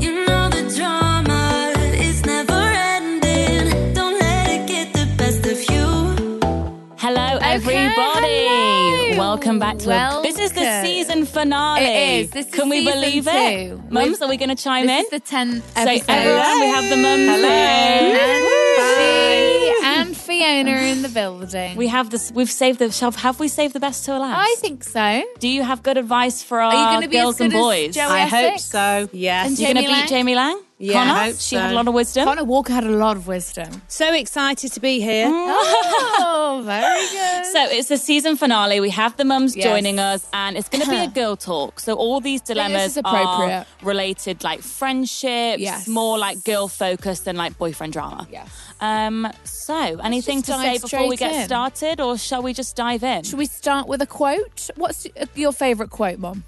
You know the drama is never ending. Don't let it get the best of you. Hello, everybody. hello. Welcome back to a, this is the Welcome. season finale. It is. This is Can we season believe two. it? Mums, We've- are we going to chime This in? is the tenth so episode. everyone, we have the mums. there. And Bri and Fiona are in the building. We have this. We've saved the shelf. Have we saved the best till last? I think so. Do you have good advice for our you gonna be girls as good and as boys? Joey? I hope Essex? so. Yes. And You're going to Jamie beat Lang? Jamie Lang? Yeah, Connor? I hope She had a so. lot of wisdom. Connor Walker had a lot of wisdom. so excited to be here. Oh, very good. So it's the season finale. We have the mums Yes. joining us, and it's going to be a girl talk. So all these this dilemmas is are appropriate. related, like friendships, Yes. more like girl focused than like boyfriend drama. Yes. Um. So anything just to say dive before we straight get in. started, or shall we just dive in? Should we start with a quote? What's your favourite quote, Mom?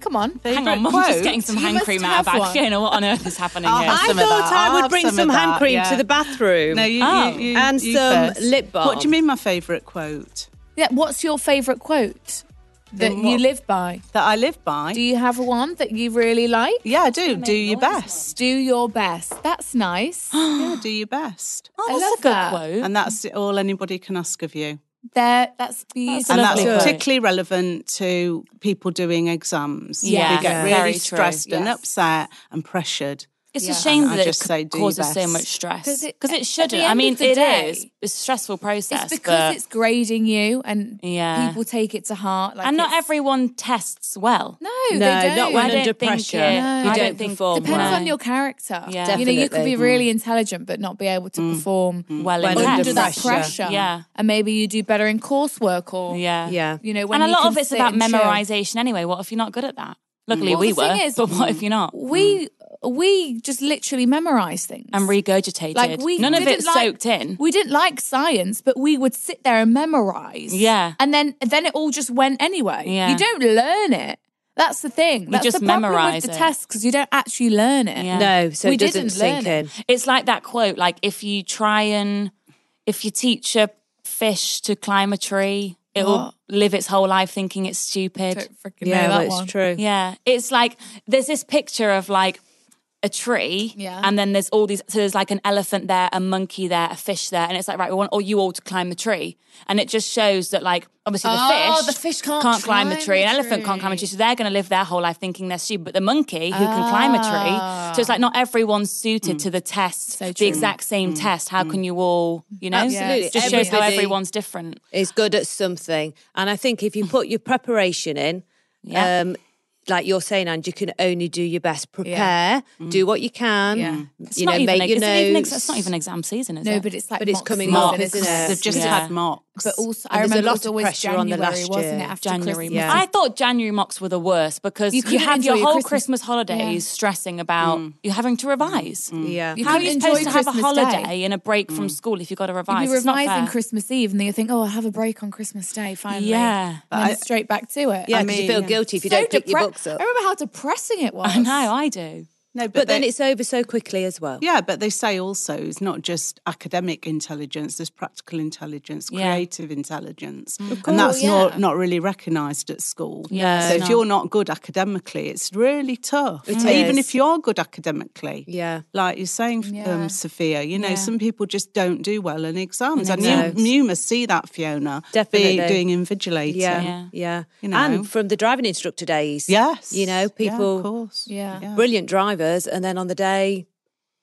Come on. Hang on, Favourite mum, just quote? getting some You hand must cream out of have bag. one. Oh, Fiona, what on earth is happening I'll here? have I some of thought that. I would I'll bring have some of hand that, cream yeah. to the bathroom No, you, Oh. you, you, And you some first. lip balm. What do you mean, my favourite quote Yeah, what's your favourite quote that In you what- live by? that I live by? Do you have one that you really like? yeah, I do. Do your best. Do your best. That's nice. Yeah, do your best. oh, I that's love a good that. quote. And that's all anybody can ask of you. there, that's beautiful. And that's Lovely. particularly relevant to people doing exams. Yeah, They get yeah. really very true. stressed and Yes. upset and pressured. It's Yeah. a shame And I that just it say c- do causes so best. much stress 'Cause it- because at it, the shouldn't. end I of mean, it the is. day- It's a stressful process. It's because but- it's grading you and Yeah. people take it to heart. Like and not it's- everyone tests well. No, No, they don't. not when I don't under think pressure. it- No. You I don't, don't think- perform. Depends Right. on your character. Yeah. Mm. You know, you could be Definitely. really intelligent but not be able to perform Well, When in under tests. under that pressure. pressure. Yeah. And maybe you do better in coursework or Yeah. Yeah. you know, when And a you lot can of it's sit about and chill. memorization anyway. What if you're not good at that? Luckily, Well, we the thing were. is- but what if you're not? Mm. We we just literally memorize things. And regurgitated. Like we None of didn't it's like- soaked in. We didn't like science, but we would sit there and memorize. Yeah. and then then it all just went anyway. Yeah. you don't learn it. That's the thing. That's just the problem memorise with the it. test because you don't actually learn it. Yeah. No, so We it doesn't didn't learn sink it. in. It's like that quote like, if you try and, if you teach a fish to climb a tree, it will What? live its whole life thinking it's stupid. Don't freaking Yeah, know that that's one. true. Yeah, it's like there's this picture of like a tree, Yeah. and then there's all these. So there's like an elephant there, a monkey there, a fish there, and it's like right, we want all you all to climb the tree, and it just shows that like obviously the Oh, fish, the fish can't climb a climb tree, the an elephant can't climb a tree. tree, so they're going to live their whole life thinking they're stupid. But the monkey who can climb a tree, so it's like not everyone's suited Mm. to the test, the true. exact same test. How can you all, you know, Absolutely. It just shows how Everybody- everyone's different. Is good at something. And I think if you put your preparation in, Yeah. um, like you're saying, and you can only do your best. Prepare, do what you can. Yeah. It's You not know, even, make your it's not even ex- notes. it's not even exam season, is it? No, but it's like But it's mock coming season, up, Mocks. isn't it? They've just Yeah. had mocks. But also, I And there's a remember lot it was of always pressure January, on the last wasn't year. it? After January. Christmas. mocks. I thought January mocks were the worst because You you, couldn't have your enjoy your whole Christmas- Christmas, Mm. holidays stressing about you're having to revise. Mm. Yeah. You How are couldn't you enjoy supposed to have a Christmas Day. Mm. holiday and a break from school if you've got to You'd revise? be It's not revising fair. Christmas Eve, and then you think, "Oh, I'll have a break on Christmas Day finally." Yeah. and then straight back to it. Yeah, I because you mean- feel guilty if you So don't pick your depre- books up. I remember how depressing it was. I know, I do. No, but, But, then they- it's over so quickly as well. yeah, but they say also it's not just academic intelligence. There's practical intelligence, Yeah. creative intelligence, and that's not not really recognised at school. No, so no. if you're not good academically, it's really tough. It Even is. if you are good academically, Yeah. like you're saying, um, Sophia, you know, some people just don't do well in exams, and, exams. you you must see that Fiona be- Definitely. doing invigilating. Yeah. Yeah. Yeah. You know. And from the driving instructor days. Yes. You know, Yeah, people of course. Yeah. brilliant drivers and then on the day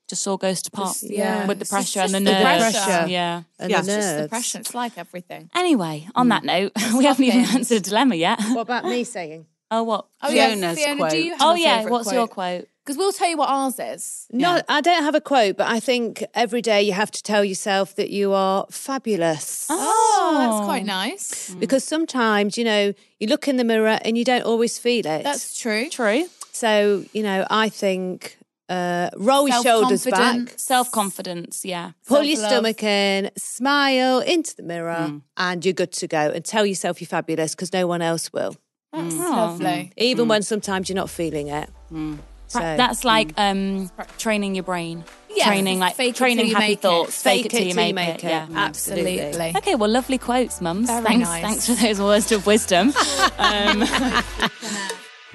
Just all goes to pop yeah. with the It's pressure just and the, the nerves. pressure. Mm. Yeah. and Yeah. the It's just The nerves. pressure. It's like everything. Anyway, on that note, we haven't even things. answered the dilemma yet. What about me saying? Oh, what? Oh, yeah, Fiona's Fiona, quote. do you have Oh, a yeah. favourite What's your quote? Because we'll tell you what ours is. No, I don't have a quote, but I think every day you have to tell yourself that you are fabulous. Oh, that's quite nice. Because sometimes, you know, you look in the mirror and you don't always feel it. That's true. True. so, you know, I think uh, roll your shoulders back, Self-confidence. Self confidence. Yeah. pull your Self-love. Mm. stomach in, smile into the mirror, and you're good to go. And tell yourself you're fabulous because no one else will, That's lovely. even when sometimes you're not feeling it. Mm. So, Pra- That's like um, training your brain. Yeah, training just like fake it till training you happy make it. thoughts. Fake, it till you till make, it. Yeah. Absolutely. Absolutely. Okay, well, lovely quotes, mums. Very Thanks, nice. thanks for those words of wisdom. Um,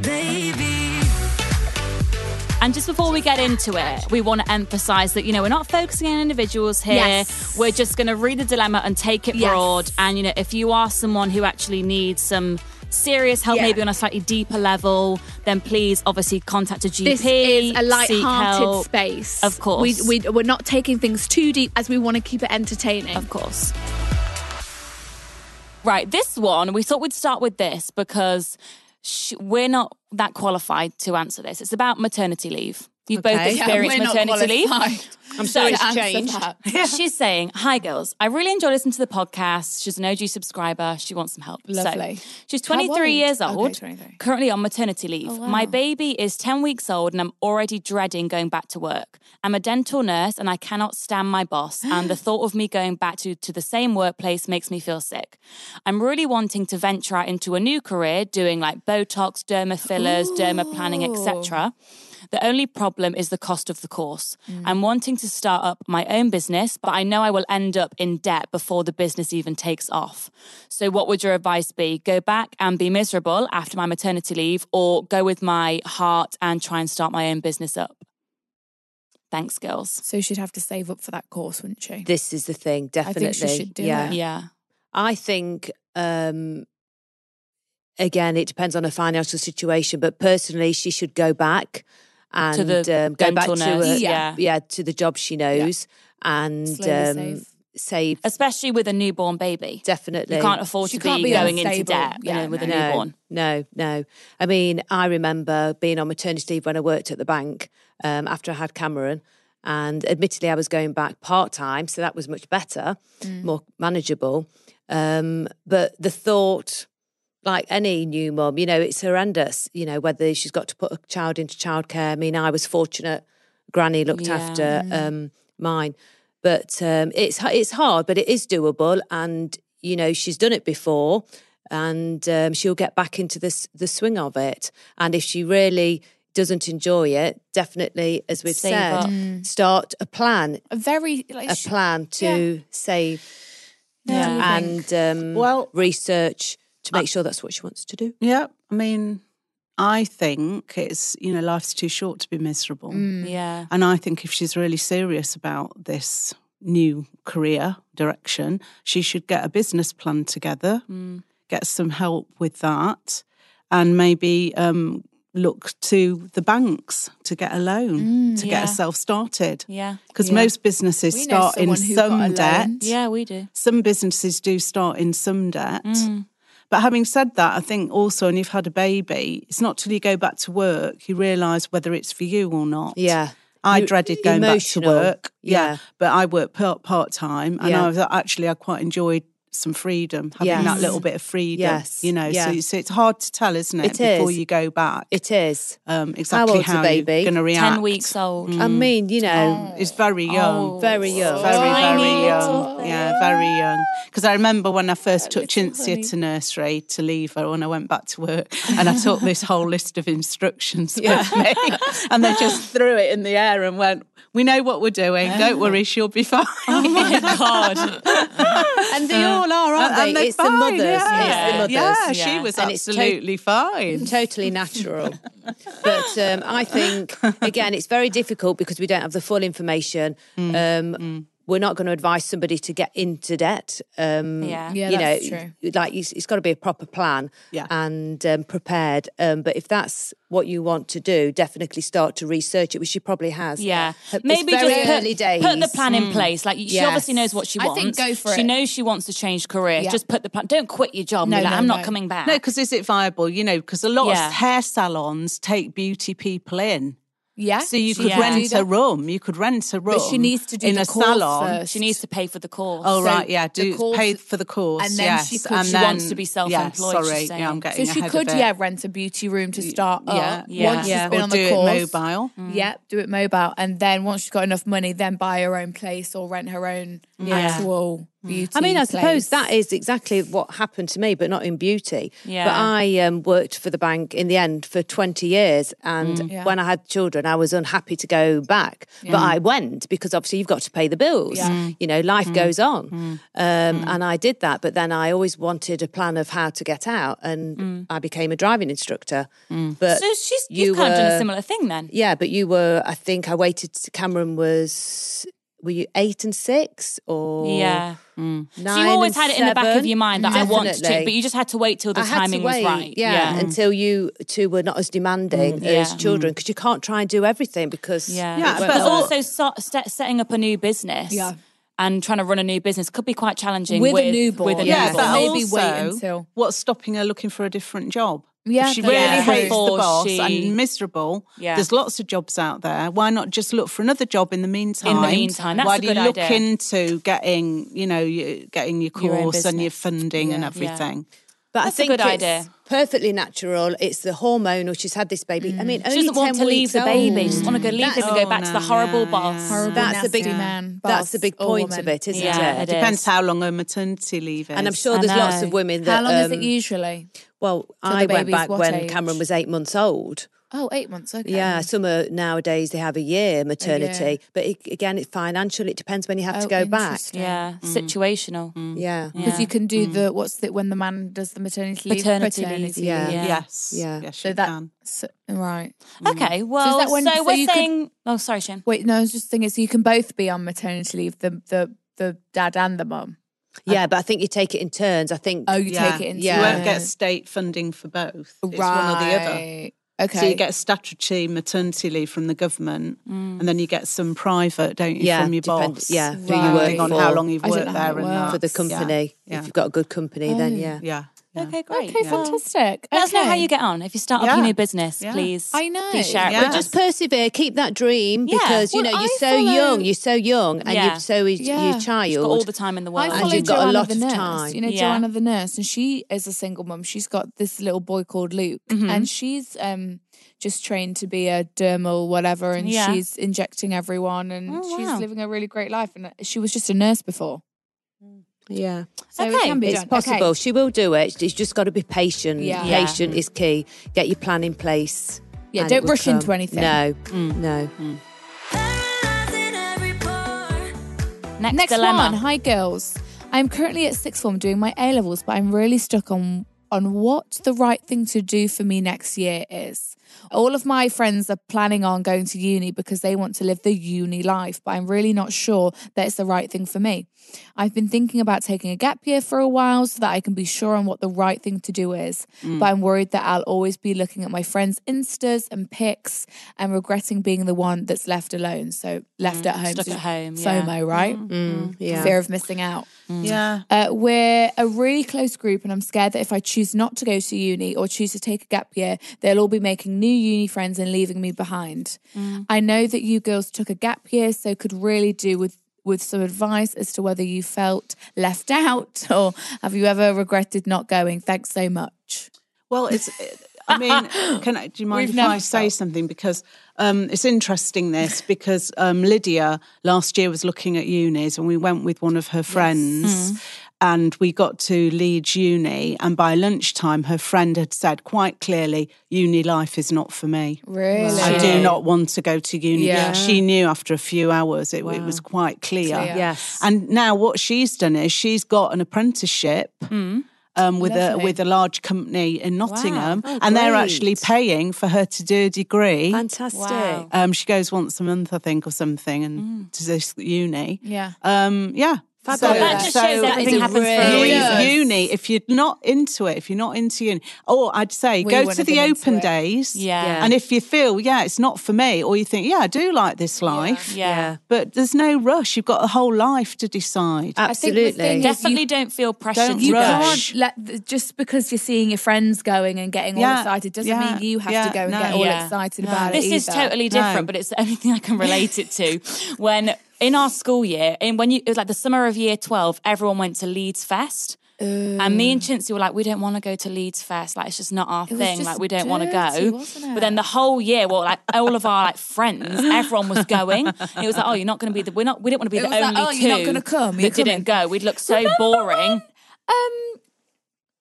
Baby, And just before we get into it, we want to emphasize that, you know, we're not focusing on individuals here. Yes. We're just going to read the dilemma and take it Yes. broad. And, you know, if you are someone who actually needs some serious help, Yeah. maybe on a slightly deeper level, then please obviously contact a GP. This is a seek light-hearted help. space. Of course. we, we we're not taking things too deep as we want to keep it entertaining. Of course. Right, this one, we thought we'd start with this because sh- we're not that qualified to answer this. It's about maternity leave. You've both Okay. Yeah, experienced maternity leave. I'm sorry it's changed. She's saying, Hi, girls. I really enjoy listening to the podcast. She's an OG subscriber. She wants some help. So, Lovely. she's How 23 old? years Okay, Oh, old, 23. currently on maternity leave. My baby is 10 weeks old, and I'm already dreading going back to work. I'm a dental nurse, and I cannot stand my boss. And the thought of me going back to, to the same workplace makes me feel sick. I'm really wanting to venture out into a new career doing like Botox, derma fillers, derma planning, etc. The only problem is the cost of the course. I'm wanting to start up my own business, but I know I will end up in debt before the business even takes off. So, what would your advice be? Go back and be miserable after my maternity leave, or go with my heart and try and start my own business up? Thanks, girls. So she'd have to save up for that course, wouldn't she? This is the thing, I definitely. think she should do yeah. it. Yeah. I think um again it depends on her financial situation, but personally she should go back and To the um, go back dental to nurse, her, yeah. yeah, to the job she knows and Slowly um, save. save Especially with a newborn baby. definitely. You can't afford She to can't be, be going into unstable. debt Yeah, you know, with no. a no, newborn. No, no. I mean, I remember being on maternity leave when I worked at the bank um, after I had Cameron. And admittedly, I was going back part time, so that was much better, Mm. more manageable. Um, but the thought, like any new mum, you know, it's horrendous, you know, whether she's got to put a child into childcare. I mean, I was fortunate, Granny looked Yeah. after um, mine. But um, it's it's hard, but it is doable, and you know she's done it before, and um, she'll get back into this the swing of it. And if she really doesn't enjoy it, definitely, as we've Save said, up. Mm. start a plan, A very like a she- plan to save Yeah. and um, Well- research to make sure that's what she wants to do. Yeah, I mean, I think it's you know life's too short to be miserable, Mm. Yeah. and I think if she's really serious about this new career direction, she should get a business plan together, Mm. get some help with that, and maybe um, look to the banks to get a Mm, loan to yeah. get herself started. Yeah. because most businesses We know start in someone who got a some loan. debt Yeah, we do. some businesses do start in some debt. Mm. But having said that, I think also, and you've had a baby, it's not till you go back to work you realise whether it's for you or not. Yeah. I You- e-, dreaded going back to emotional. work. Yeah. But I worked part part time, and Yeah. I was actually I quite enjoyed some freedom, having Yes. that little bit of freedom. Yes. You know, so, Yeah. so it's hard to tell, isn't it? It is. Before you go back. It is. um, exactly old's the how baby? you're going to react. 10 weeks old. I mean, you know, It's very young. very young. Very, very Tiny little young. Yeah, very young. Because I remember when I first took Cinzia to nursery to leave her when I went back to work, and I took this whole list of instructions with me, and they just threw it in the air and went, "We know what we're doing. Don't worry, she'll be fine." Oh my god! and they all are, aren't and, they? and they're it's, the fine, mothers. Yeah. it's the mothers. Yeah, she yeah. was And it's to- absolutely fine. totally natural. but um, I think, again, it's very difficult because we don't have the full information. Mm. Um, We're not going to advise somebody to get into debt. Um, Yeah. Yeah, you that's know, true. like it's, it's got to be a proper plan Yeah. and um, prepared. Um, but if that's what you want to do, definitely start to research it, which she probably has. Yeah, It's maybe very just put, early days. put the plan in place. Like she obviously Yes. knows what she Hmm. I wants. think go for She it. knows she wants to change career. Yeah. Just put the plan. Don't quit your job. and No, be like, no, I'm no. not coming back. No, because is it viable? You know, because a lot Yeah. of hair salons take beauty people in. Yeah. So you could Yeah. Do rent that. a room. You could rent a room. she needs to do in the a course salon. first. she needs to pay for the course. Oh So right, yeah. the Do course- pay for the course, and then yes. she could- and She then, wants to be self-employed, Yeah, she's sorry, saying. yeah, I'm So getting she ahead could, of it. yeah, rent a beauty room to start yeah, up yeah. once Yeah. she's been or on do the course. mm, it mobile. Yep, do it mobile, and then once she's got enough money, then buy her own place or rent her own actual beauty. I mean, I place. suppose that is exactly what happened to me, but not in beauty. But Yeah. I um, worked for the bank in the end for 20 years. And Mm. Yeah. when I had children, I was unhappy to go back. But I went because obviously you've got to pay the bills. You know, life goes on. Um, And I did that. But then I always wanted a plan of how to get out. And I became a driving instructor. But Mm. So she's you you've kind of done were- a similar thing then. yeah, but you were, I think I waited, Cameron was, were you eight and six or? Yeah. Nine So you always and had it in the back of seven. your mind that I want to, Definitely. but you just had to wait till the I had to timing was wait, right. Yeah, Yeah. Mm, until you two were not as demanding as Yeah. children because you can't try and do everything because Yeah. Yeah, but, but al- also so, set, setting up a new business Yeah. and trying to run a new business could be quite challenging With a with newborn. With a Yeah, but Yeah, newborn. but maybe also, wait until- what's stopping her looking for a different job? Yeah, if she that's really true. hates the Before boss she- and miserable. Yeah. there's lots of jobs out there. Why not just look for another job in the meantime? meantime, that's why a do good you look idea. into getting, you know, you- getting your Your own course and your business. funding and everything? But I That's a think good it's idea. perfectly natural. It's the hormonal. She's had this baby. I mean, Mm. She only doesn't want 10 to leave weeks the baby. She old. just want to go leave him That's- and go back to no, the horrible yeah, boss. Horrible, That's the nasty big man, boss That's the big or point woman. of it, isn't Oh, Yeah, it? it Depends is. how long her maternity leave is. And I'm sure I there's lots know. of women that. How long is um, it usually? Well, the I went baby's back what when age? Cameron was eight months old. Oh, eight months. Okay. Yeah, some are nowadays they have a year maternity, but it, again, it's financial. It depends when you have to Oh, go back. interesting. Yeah, situational. Yeah. because you can do the what's it when the man does the maternity leave? Paternity leave, Yeah. yeah. yes, Yeah. yes, So you that can. so, right. Okay, well, so, that when- so we're you could- saying. oh, sorry, Shin. Wait, no, I was just thinking. So you can both be on maternity leave, the the the dad and the mum. Yeah, but I think you take it in turns. I think Oh, you Yeah. take it into You Yeah. won't get state funding for both. It's right. one or the other. Okay. So you get statutory maternity leave from the government, Mm. and then you get some private, don't you, Yeah, from your depend- boss? yeah, who you depending work on how for. long you've I don't worked know how there it and works. that. for the Yeah, company. yeah. If you've got a good company, Oh, then yeah. Yeah. yeah. Okay, great. Okay, fantastic. Let us know how Okay. you get on. If you start up Yeah. your new business, Yeah. please. I know. Please share it Yeah. with us. But just persevere, keep that dream Yeah. because you Well, know you're I so follow- young, you're so young, and Yeah. you've so is Yeah. your She's child. You've got all the time in the world. I follow you've got a Joanna lot the of nurse. time. You know, Yeah. Joanna the nurse, and she is a single mum. She's got this little boy called Luke, and she's um just trained to be a dermal whatever, and Yeah. she's injecting everyone, and Oh, she's wow. living a really great life. And uh, she was just a nurse before, yeah, so it Okay. can be it's done. possible. Okay. She will do it. She's just got to be patient. Yeah. Yeah. Patient is key. Get your plan in place. Yeah, and don't it will rush into come. anything. No, no. Paralyzed in every pore. Next, Next dilemma. one. Hi, girls. I'm currently at sixth form doing my A levels, but I'm really stuck on on what the right thing to do for me next year is. All of my friends are planning on going to uni because they want to live the uni life, but I'm really not sure that it's the right thing for me. I've been thinking about taking a gap year for a while so that I can be sure on what the right thing to do is, Mm. but I'm worried that I'll always be looking at my friends' instas and pics and regretting being the one that's left alone. So left at home, Mm, stuck so at home, yeah. FOMO, right? Mm, yeah. fear of missing out. Mm. Yeah. Uh, we're a really close group, and I'm scared that if I choose not to go to uni or choose to take a gap year, they'll all be making new uni friends and leaving me behind. I know that you girls took a gap year, so could really do with with some advice as to whether you felt left out or have you ever regretted not going. Thanks so much. Well, it's. I mean, can I, do you mind We've if I never say felt- something? Because um, it's interesting this because um, Lydia last year was looking at unis and we went with one of her Mm-hmm. friends. And we got to Leeds Uni, and by lunchtime, her friend had said quite clearly, "Uni life is not for me. Really? I do not want to go to uni." Yeah. She knew after a few hours; it, it was quite clear. Clear. Yes. And now what she's done is she's got an apprenticeship um, with Lovely. a with a large company in Nottingham, Oh, and they're actually great. paying for her to do a degree. Fantastic. Wow. Um, she goes once a month, I think, or something, and Hmm. to this uni. Yeah. Um, yeah. Fabulous. That just shows that everything is a happens for a really- reason. Yeah. Uni, uni, if you're not into it, if you're not into uni, or I'd say We go wouldn't to have the been into open it. days. Yeah. And if you feel, yeah, it's not for me, or you think, yeah, I do like this life, Yeah. but there's no rush. You've got a whole life to decide. Uh, I Absolutely. think the thing is Definitely you don't feel pressured Don't you to rush. go. can't let the- just because you're seeing your friends going and getting all Yeah, excited doesn't yeah, mean you have yeah, to go and no. get all Yeah. excited about it. This is either. totally different, but it's the only thing I can relate it to. When in our school year, and when you it was like the summer of year twelve, everyone went to Leeds Fest. And me and Chintzy were like, we don't want to go to Leeds Fest. Like, it's just not our was thing. Like, just we don't want to dirty, go. wasn't But then the whole year, well, like all of our like friends, everyone was going. And it was like, oh, you're not going to be the. We're not. We didn't want to be It the was like, only oh, two. you're not gonna come, That you're didn't coming. go. We'd look so Remember boring. when, um,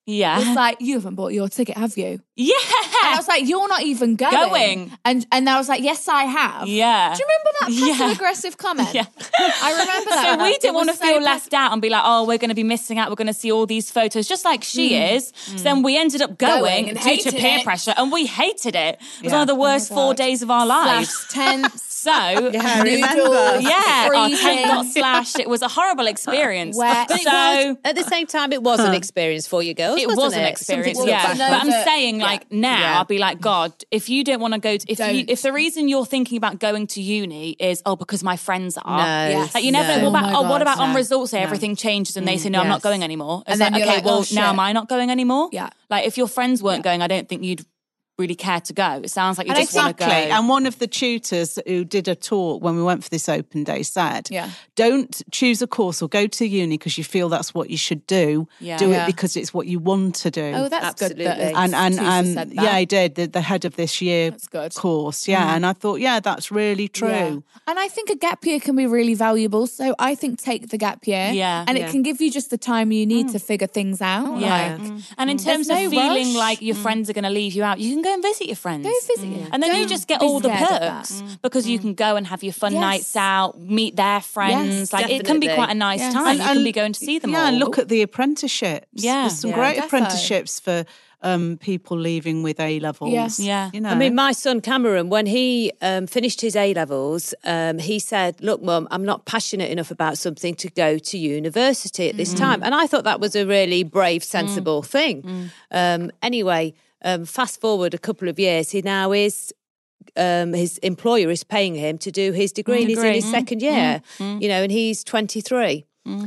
yeah. it's like you haven't bought your ticket, have you? yeah. And I was like, you're not even going. Going. And and I was like, yes, I have. Yeah. Do you remember that Yeah. passive aggressive comment? Yeah. I remember that. So we It didn't was want to so feel passive- left out and be like, oh, we're going to be missing out. We're going to see all these photos, just like she is. So then we ended up going, Mm. Going and due to hated peer it. Oh pressure, and we hated it. It was one of the worst four days of our lives. Slash tense. So yeah, noodles, our tent freezing. got slashed. It was a horrible experience. Wet. So But But it was, at the same time, it was an experience for you girls. it wasn't was an it? Something experience, to look yeah. back know But I'm that- saying, like now, Yeah. I'll be like, God, if you don't want to go, to, if you, Don't. if the reason you're thinking about going to uni is oh because my friends are, No. Yes. like you never know No. what about Oh oh, my what God, about on no. results day everything changes and they say no, I'm yes. not going anymore. It's And then like, you're okay, like, well oh, now shit. am I not going anymore? Yeah. like if your friends weren't going, I don't think you'd really care to go. It sounds like you just exactly. want to go. And one of the tutors who did a talk when we went for this open day said, Yeah. don't choose a course or go to uni because you feel that's what you should do. Yeah. Do Yeah. it because it's what you want to do. Oh, that's good. That Absolutely. and and Susan and said that. yeah, I did the, the head of this year good. Mm-hmm. course. Yeah, and I thought, yeah, that's really true. Yeah. And I think a gap year can be really valuable. So I think take the gap year. Yeah. And Yeah. it can give you just the time you need to figure things out. Yeah. Mm. Like, mm, And in terms There's of no feeling rush. Mm. like your friends are going to leave you out, you can go and visit your friends. Go visit Mm. you. And then you Don't just get be all the scared of that. Mm. perks because you can go and have your fun Yes. nights out, meet their friends. like it can be definitely. quite a nice Yes. time. And- you can be going to see them yeah, all. and look at the apprenticeships. Yeah. There's some Yeah. great Defo. apprenticeships for um, people leaving with A levels. Yes. Yeah. You know. I mean, my son Cameron, when he um, finished his A levels, um, he said, "Look, Mum, I'm not passionate enough about something to go to university at this time." And I thought that was a really brave, sensible thing. Um, anyway, um, fast forward a couple of years, he now is. Um, his employer is paying him to do his Mm. degree. Mm. and He's in Degree. his second year, you know, and he's 23.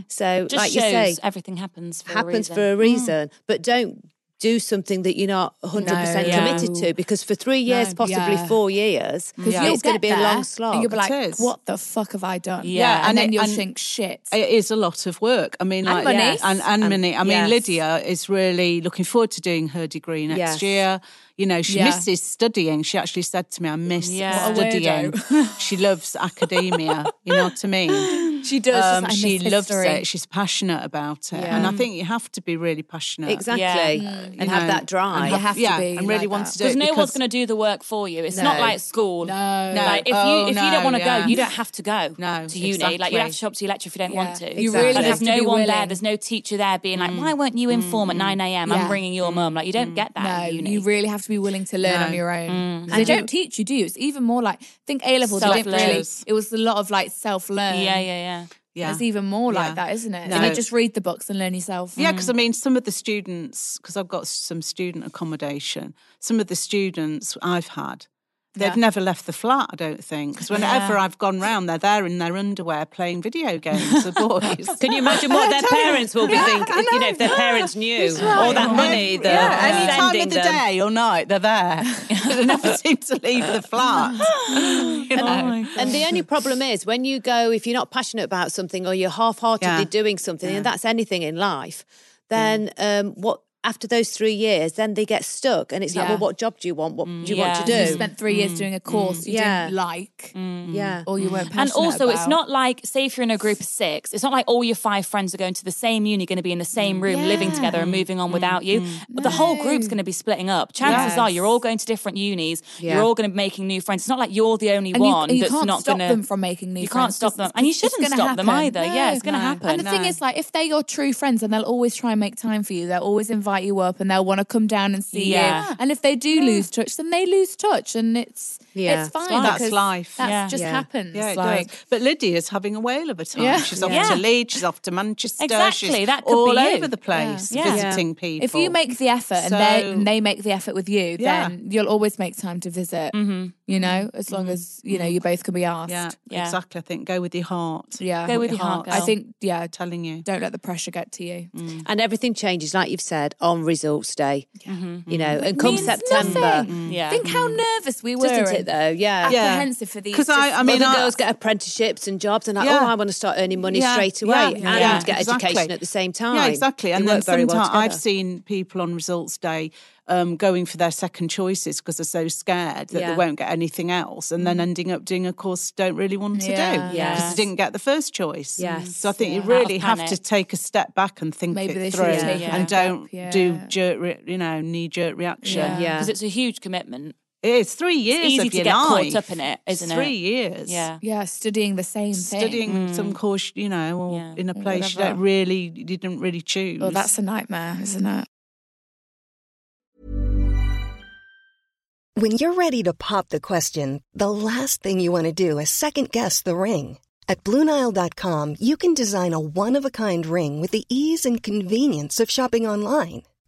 So, Just like you shows say, everything happens for a happens reason. for a reason, but don't do something that you're not 100% Mm. No. Yeah. committed to because for three years, No. possibly Yeah. four years, you'll it's going get to be a there long slog. And you'll be like, is. what the fuck have I done? Yeah. Yeah, And, and then it- you'll and- think, shit. It is a lot of work. I mean, And like, money. and and money. I mean, yes. Lydia is really looking forward to doing her degree next Yes. year. You know, she Yeah. misses studying. She actually said to me, "I miss Yeah. What a studying." she loves academia. You know what I mean? she does. Um, she loves it. She's passionate about it, and I think you have to be really passionate. exactly. Yeah. And have that Mm. drive. You have to yeah, be and really like want that. to do Because it. no one's because- going to do the work for you. It's not No. like school. No. Like if Oh, you if no, you don't want to yeah. go, you don't have to go. No, to uni. Like exactly. you don't have to show up to your lecture if you don't want Yeah, to. You really Like, have there's to no be one there. willing. There's no teacher there being Mm. like, why weren't you in form at nine a.m. Yeah. I'm bringing your mum. Like you don't get that. No, at uni. you really have to be willing to learn on your own. 'Cause They don't teach you, do you? It's even more like think A levels. They didn't really. Self-learn. It was a lot of like self learn. Yeah, yeah, yeah. Yeah. It's even more like Yeah. that, isn't it? No. And you just read the books and learn yourself. Yeah, Mm. because I mean, some of the students, because I've got some student accommodation, some of the students I've had, They've Yeah. never left the flat, I don't think, because whenever I've gone round, they're there in their underwear playing video games. The boys. Can you imagine what their parents will be thinking? You know, if their parents knew all that money that yeah, any they're time sending of the them. day or night, they're there. they never seem to leave the flat. You Oh know? And the only problem is when you go, if you're not passionate about something or you're half heartedly Yeah. doing something, and that's anything in life, then um, what after those three years, then they get stuck and it's like, Yeah. well, what job do you want? What Mm. do you want You to do? spent three years doing a course you Mm. Yeah. didn't like, Yeah. or you weren't passionate And also, it's about. not like, say, if you're in a group of six, it's not like all your five friends are going to the same uni, going to be in the same room, living together and moving on without you. But the whole group's going to be splitting up. Chances Mm-hmm. Yes. are you're all going to different unis. Yeah. You're all going to be making new friends. It's not like you're the only and you, one and you that's can't not stop going to. them from making new You friends. can't stop It's- them. it's- And you it's just shouldn't gonna stop them happen. either. Yeah, it's going to no. happen. And the thing is, like, if they're your true friends, and they'll always try and make time for you, they'll always invite you up, and they'll want to come down and see Yeah. you. And if they do lose touch, then they lose touch, and it's Yeah. it's fine. fine. That's because life. That Yeah. just Yeah. happens. Yeah, it like, does. But Lydia's having a whale of a time. Yeah. She's off Yeah. to Leeds, she's off to Manchester. Exactly, she's that could all be you. over the place Yeah. Yeah. visiting people. If you make the effort and So- they and they make the effort with you, Yeah. then you'll always make time to visit. Mm-hmm. You know, as long as you know you both can be asked. Mm-hmm. yeah, Yeah. exactly. I think go with your heart. Yeah. Go with your heart, I girl. think yeah. telling you. Don't let the pressure get to you. Mm. And everything changes, like you've said, on results day, Mm-hmm. you know, and come means September. nothing. Mm. yeah. Think how nervous we were. Doesn't it and though? Yeah. Yeah. Apprehensive for these. Because I, just- I mean, Other I- girls get apprenticeships and jobs, and like, Yeah. oh, I want to start earning money Yeah, straight away yeah, and yeah, get exactly. education at the same time. Yeah, exactly. They And then work very sometimes well I've together. seen people on results day um, going for their second choices because they're so scared that Yeah. they won't get anything else, and then ending up doing a course they don't really want to do Yeah. because they didn't get the first choice. Yes. So I think you Out of really have to panic. take a step back and think Maybe it they should through, have taken a and step, don't yeah. do jerk, re- you know, knee jerk reaction. Yeah. Yeah. Because it's a huge commitment. It is three years It's easy of to your get life. caught up in it, isn't three it? years. Yeah. Yeah, studying the same thing. Studying Mm. some course, you know, or Yeah. in a place you whatever. don't really you didn't really Oh, choose. Well, Oh, that's a nightmare, isn't it? When you're ready to pop the question, the last thing you want to do is second guess the ring. At Bluenile.com, you can design a one of a kind ring with the ease and convenience of shopping online.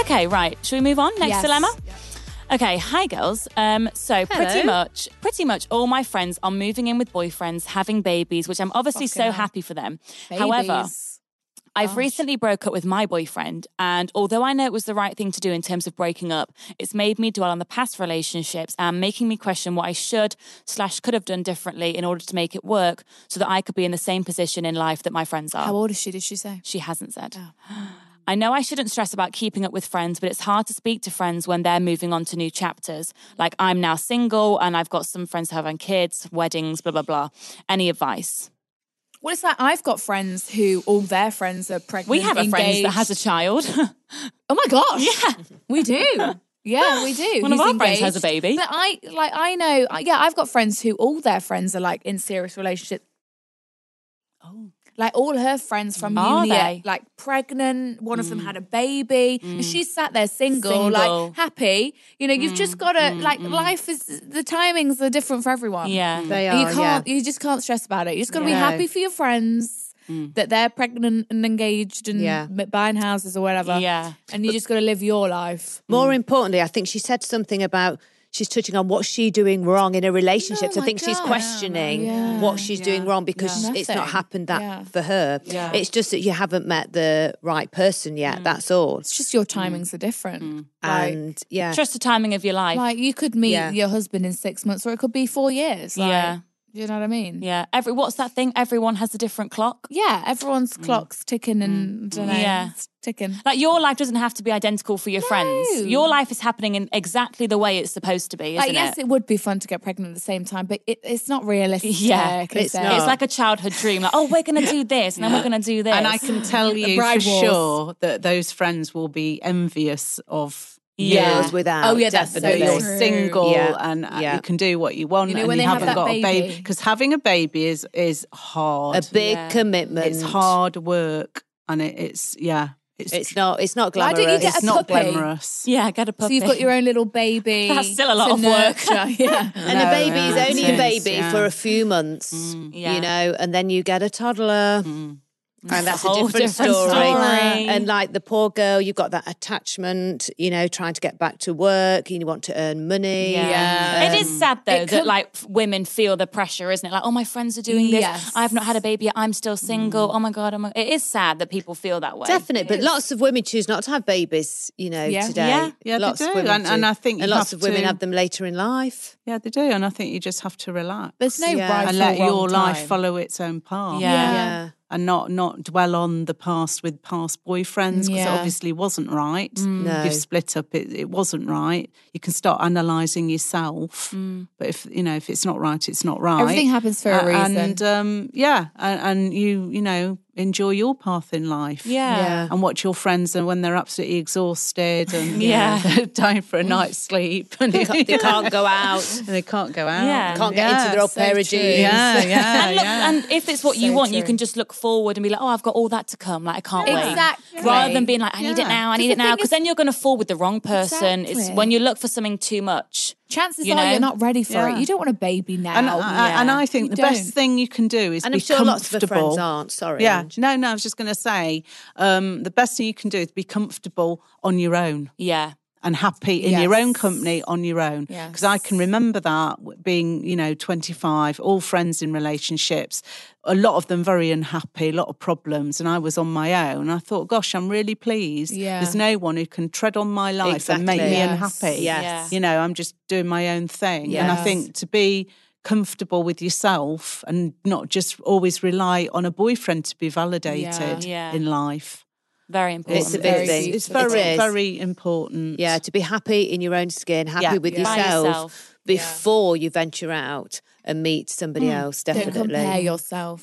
Okay, right. Shall we move on? Next Yes. dilemma. Okay, hi girls. Um, so pretty much, pretty much all my friends are moving in with boyfriends, having babies, which I'm obviously so Fucking hell. happy for them. However, Babies. I've recently broke up with my boyfriend, and although I know it was the right thing to do in terms of breaking up, it's made me dwell on the past relationships and making me question what I should slash could have done differently in order to make it work, so that I could be in the same position in life that my friends are. how old is she? Did she say? She hasn't said. Oh. I know I shouldn't stress about keeping up with friends, but it's hard to speak to friends when they're moving on to new chapters. Like I'm now single and I've got some friends having kids, weddings, blah, blah, blah. Any advice? Well, it's like I've got friends who all their friends are pregnant. We have a friend that engaged. has a child. Oh my gosh! Yeah, we do. Yeah, we do. One of Who's our friends has a engaged. baby. But I like I know. I- Yeah, I've got friends who all their friends are like in serious relationships. Oh, like all her friends from Are uni, are, they? Mm. like pregnant. One of them had a baby. And She's sat there single, Single. Mm. like happy. You know, you've just got to like life is the timings are different for everyone. yeah. They And are. you yeah. can't. You just can't stress about it. You just got to Yeah. be happy for your friends Mm. that they're pregnant and engaged and Yeah. m- buying houses or whatever. Yeah. and you just got to live your life. More importantly, I think she said something about she's touching on what's she doing wrong in a relationship. Oh I my think she's God. questioning Yeah. what she's doing wrong because Yeah. it's not Nothing. happened that Yeah. Mm. for her. It's just that you haven't met the right person yet. That's all. It's just your timings are different. Like, And yeah, Trust the timing of your life. like you could meet Yeah. your husband in six months, or it could be four years. Like, Yeah. you know what I mean? Yeah. Every what's that thing? Everyone has a different clock. Yeah, everyone's clock's ticking and dunno, Yeah. it's ticking. Like your life doesn't have to be identical for your friends. Your life is happening in exactly the way it's supposed to be, isn't Like, yes, it? would be fun to get pregnant at the same time, but it, it's not realistic. Yeah, is it's, it? not. it's like a childhood dream. Like, oh, we're going to do this, and then we're going to do this. And I can tell you for sure that those friends will be envious of Yeah. you Without, Oh, yeah, that's so definitely. you're true. single Yeah. and uh, Yeah. you can do what you want You know, and when you they have haven't that got a baby baby. because having a baby is is hard. A big Yeah. commitment. It's hard work and it, it's yeah. It's, It's not. It's not Why glamorous. don't you get it's a not puppy? glamorous. Yeah, get a So you've got your own little baby. That's still a lot to of work. nurture, yeah. And a baby is yeah, only a it is, baby yeah. for a few months, yeah. you know, and then you get a toddler. And that's a a, whole different, different story. story. And like the poor girl, you've got that attachment, you know, trying to get back to work and you want to earn money. it Um, is sad though it that could- like f- women feel the pressure, isn't it? Like, oh, my friends are doing this. Yes. I've not had a baby yet. I'm still single. Mm. Oh my god, oh my. It is sad that people feel that way. Definite, but lots of women choose not to have babies, you know, Yeah. today. Yeah. Yeah, they lots do. Of women And- and I think and you lots have of women to- have them later in life. Yeah, they do, and I think you just have to relax. There's no Yeah. right and or let your wrong life time. follow its own path. Yeah. Yeah. Yeah. and not not dwell on the past with past boyfriends because Yeah. it obviously wasn't right. No. You've split up; it, it wasn't right. You can start analysing yourself, but if you know if it's not right, it's not right. Everything happens for a A- reason. and um, yeah, and, and you you know enjoy your path in life. Yeah. Yeah. and watch your friends and when they're absolutely exhausted and Yeah. you know, they're dying for a night's sleep and They can't- they can't go out. And they can't go out. Yeah. Can't get into their old so pair of true. jeans. Yeah, yeah, and look, yeah. and if it's what you So want, you true. can just look forward and be like, "Oh, I've got all that to come. Like, I can't Exactly. wait." Rather than being like, "I need it Yeah. now. I 'Cause need it the now," thing because then you're going to fall with the wrong person. It's Exactly. when you look for something too much. Chances you are know? you're not ready for Yeah. it. You don't want a baby now. And, I- I, and I think You the don't. best thing you can do is And be I'm sure comfortable. lots of her friends aren't, sorry, Yeah. No, no, I was just going to say um, the best thing you can do is be comfortable on your own. Yeah. And happy in your own company on your own. Because I can remember that w- being, you know, 25, all friends in relationships, a lot of them very unhappy, a lot of problems. And I was on my own. I thought, gosh, I'm really pleased. Yeah. There's no one who can tread on my life and make me Exactly. Yes. unhappy. Yes. Yeah. You know, I'm just doing my own thing. And I Yes. think to be comfortable with yourself and not just always rely on a boyfriend to be validated Yeah. in life. Very important. It's a big thing. It's very, It is. very important. Yeah, to be happy in your own skin, happy Yeah. with Yeah. By yourself, yourself. before you venture out and meet somebody Mm. else. Definitely. Don't compare yourself.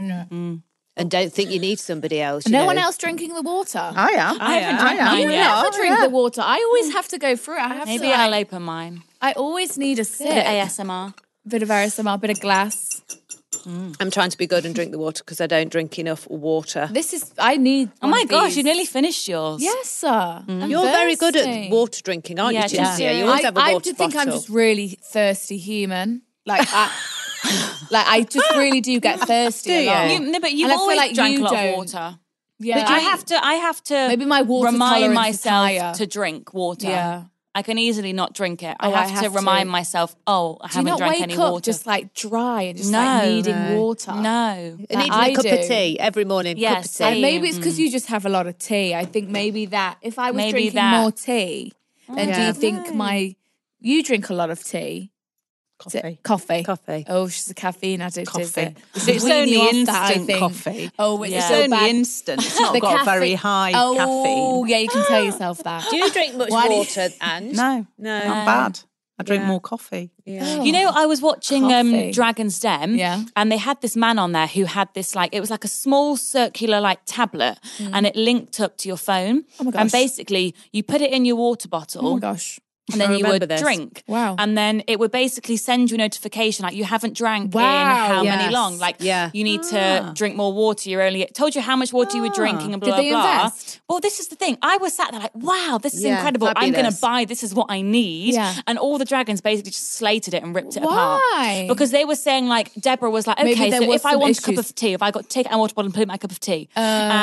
No. Mm. And don't think you need somebody else. you No know. one else drinking the water. I am. I haven't am. drank I am. mine You yet. I are, never drink yeah. the water. I always have to go through. it. I have Maybe to. I'll like, open mine. I always need a sip. Bit of ASMR. Bit of ASMR. Bit of glass. I'm trying to be good and drink the water because I don't drink enough water. This is. I need. Oh one my of gosh, these. you nearly finished yours. Yes, sir. I'm You're very good at thirsty. water drinking, aren't Yeah, you, just- Chelsea? You always I, have a I water just think I'm bottle. just really thirsty human. Like uh, I, like I just really do get thirsty. a lot. You- no, but you've And I feel always like drank you a lot don't. of water. Yeah, but you I- have to. I have to. Maybe my water remind tolerance is myself higher. to drink water. Yeah. I can easily not drink it. I Oh, I have, to, have remind to. myself. Oh, I Do you haven't not drank wake any up water. just like dry and just No. like needing No. water? No, It needs a cup of tea every morning. Yes, cup of and tea. maybe it's because you just have a lot of tea. I think maybe that if I was Maybe drinking that. more tea, then do Yeah. you think my you drink a lot of tea? Is it Coffee. Coffee. Oh, she's a caffeine addict, is Coffee. it? It's We wean only you off that, I instant think. coffee. Oh, it's It's so only bad. instant. It's not The got caffeine- very high oh, caffeine. yeah, you can tell yourself that. Do you drink much Why do you- water, and No, No. not bad. I drink more coffee. You know, Oh, I was watching um, Coffee. Dragon's Den, and they had this man on there who had this like it was like a small circular like tablet, and it linked up to your phone. Mm. Oh my And gosh. basically, you put it in your water bottle. Oh my gosh. And then I you would remember this. drink. Wow. And then it would basically send you a notification like you haven't drank Wow. in how many Yes. long. Like Yeah. Ah. you need to drink more water. You're only it told you how much water you were drinking and blah Did they blah blah. invest? Well, this is the thing. I was sat there like, wow, this is Yeah, incredible. I'm gonna fabulous. buy this is what I need. Yeah. And all the dragons basically just slated it and ripped it Why? apart. Because they were saying like Deborah was like, Maybe okay, there so was if I some want a cup issues. of tea, if I got take out my water bottle and put it in my cup of tea. Uh,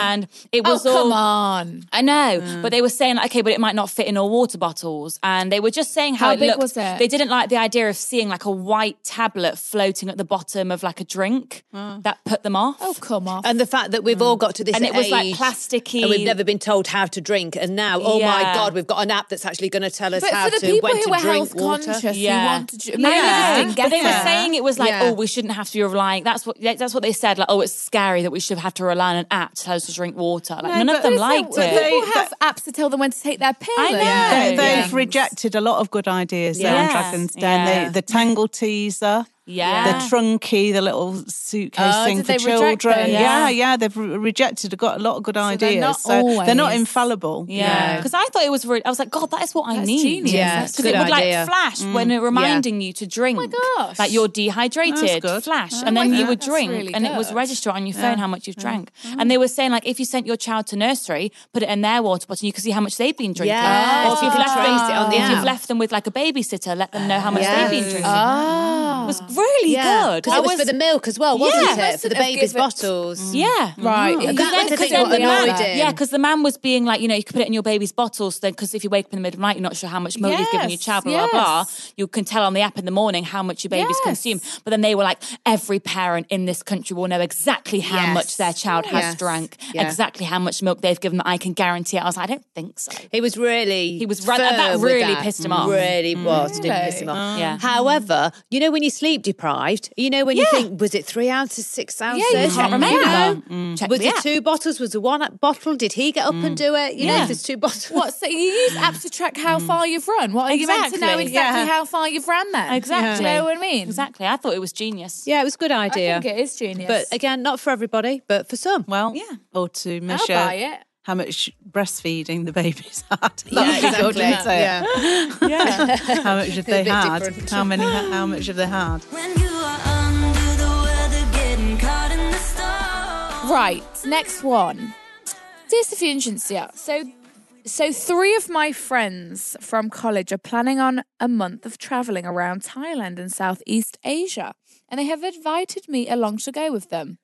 and it was oh, all come on. Mm. I know, but they were saying, like, okay, but it might not fit in all water bottles, and they They were just saying how, How it big looked. was it? They didn't like the idea of seeing like a white tablet floating at the bottom of like a drink. That put them off. Oh come off! And the fact that we've all got to this Mm. And it was, like, age plasticky. and we've never been told how to drink, and now, oh my Yeah. God, we've got an app that's actually going to tell us But how for the to people when who to were drink health water. conscious, Yeah. who wanted to, maybe they just didn't but get they were it. saying it was like, Yeah. oh, we shouldn't have to be relying. That's what that's what they said. Like, oh, it's scary that we should have to rely on an app to tell us to drink water. Like, none of them But also, liked people it. have apps to tell them when to take their pills. I know. Yeah. They, they've Yeah. rejected a lot of good ideas there on Yes. Dragon's Den. Yeah. They, the tangle teaser. Yeah. The trunky, the little suitcase Oh, thing did for they reject children. those? Yeah, Yeah. yeah, they've re- rejected got a lot of good they're ideas. not they're not always- infallible. Yeah, No. because I thought it was. Really, I was like, God, that is what I That's need. genius. Yeah, That's because it good would idea. like flash when it reminding you to drink. Oh my gosh. like you're dehydrated. good. Flash, Oh and then my you God, would that's drink, really and it was good. Mm. register on your phone how much you've drank. And they were saying like, if you sent your child to nursery, put it in their water bottle, you could see how much they've been drinking. Or Yeah. if you've Oh, You could left trace it on them, the if you've app. left them with like a babysitter, let them know how much Yes. they've been drinking. Ah. It was really good. Because I it was, for the milk as well, wasn't Yeah. it? For the Mustn't have baby's given- bottles. yeah. Mm. Mm. Right. Because That then- was, I because think, then what the we all man- did. Yeah, because the man was being like, you know, you could put it in your baby's bottle. So then, because if you wake up in the middle of the night, you're not sure how much milk you've given your Yes, child, blah, blah, blah. yes. You can tell on the app in the morning how much your baby's Yes. consumed. But then they were like, every parent in this country will know exactly how Yes. much their child has Yes. drank, Yeah. exactly how much milk they've given. I can guarantee it. I was like, I don't think so. Mm. He was really He was ra- that firm with really pissed him off. Mm. Really was did piss him off. Yeah. However, you know when you're sleep deprived, you know when you think was it three ounces, six ounces? you can't remember. Mm. You know? Mm. Check Was the it app. two bottles? Was it one bottle? Did he get up and do it? You know, Yeah. if there's two bottles. What? So you use apps to track how far you've run. What are you meant to know Mm. Exactly. exactly Yeah. how far you've ran then? Exactly. Do you know what I mean? Exactly. I thought it was genius. Yeah, it was a good I idea. think it is genius. But again, not for everybody, but for some. Well, yeah. or to I'll measure buy it. how much breastfeeding the babies had. That Yeah, would be good, exactly. wouldn't it? Yeah. how much have they bit had? different. How many? How much have they had? When you are under the weather, getting caught in the storm. Right, next one. Dear Sophie and Cinzia, so so three of my friends from college are planning on a month of traveling around Thailand and Southeast Asia, and they have invited me along to go with them.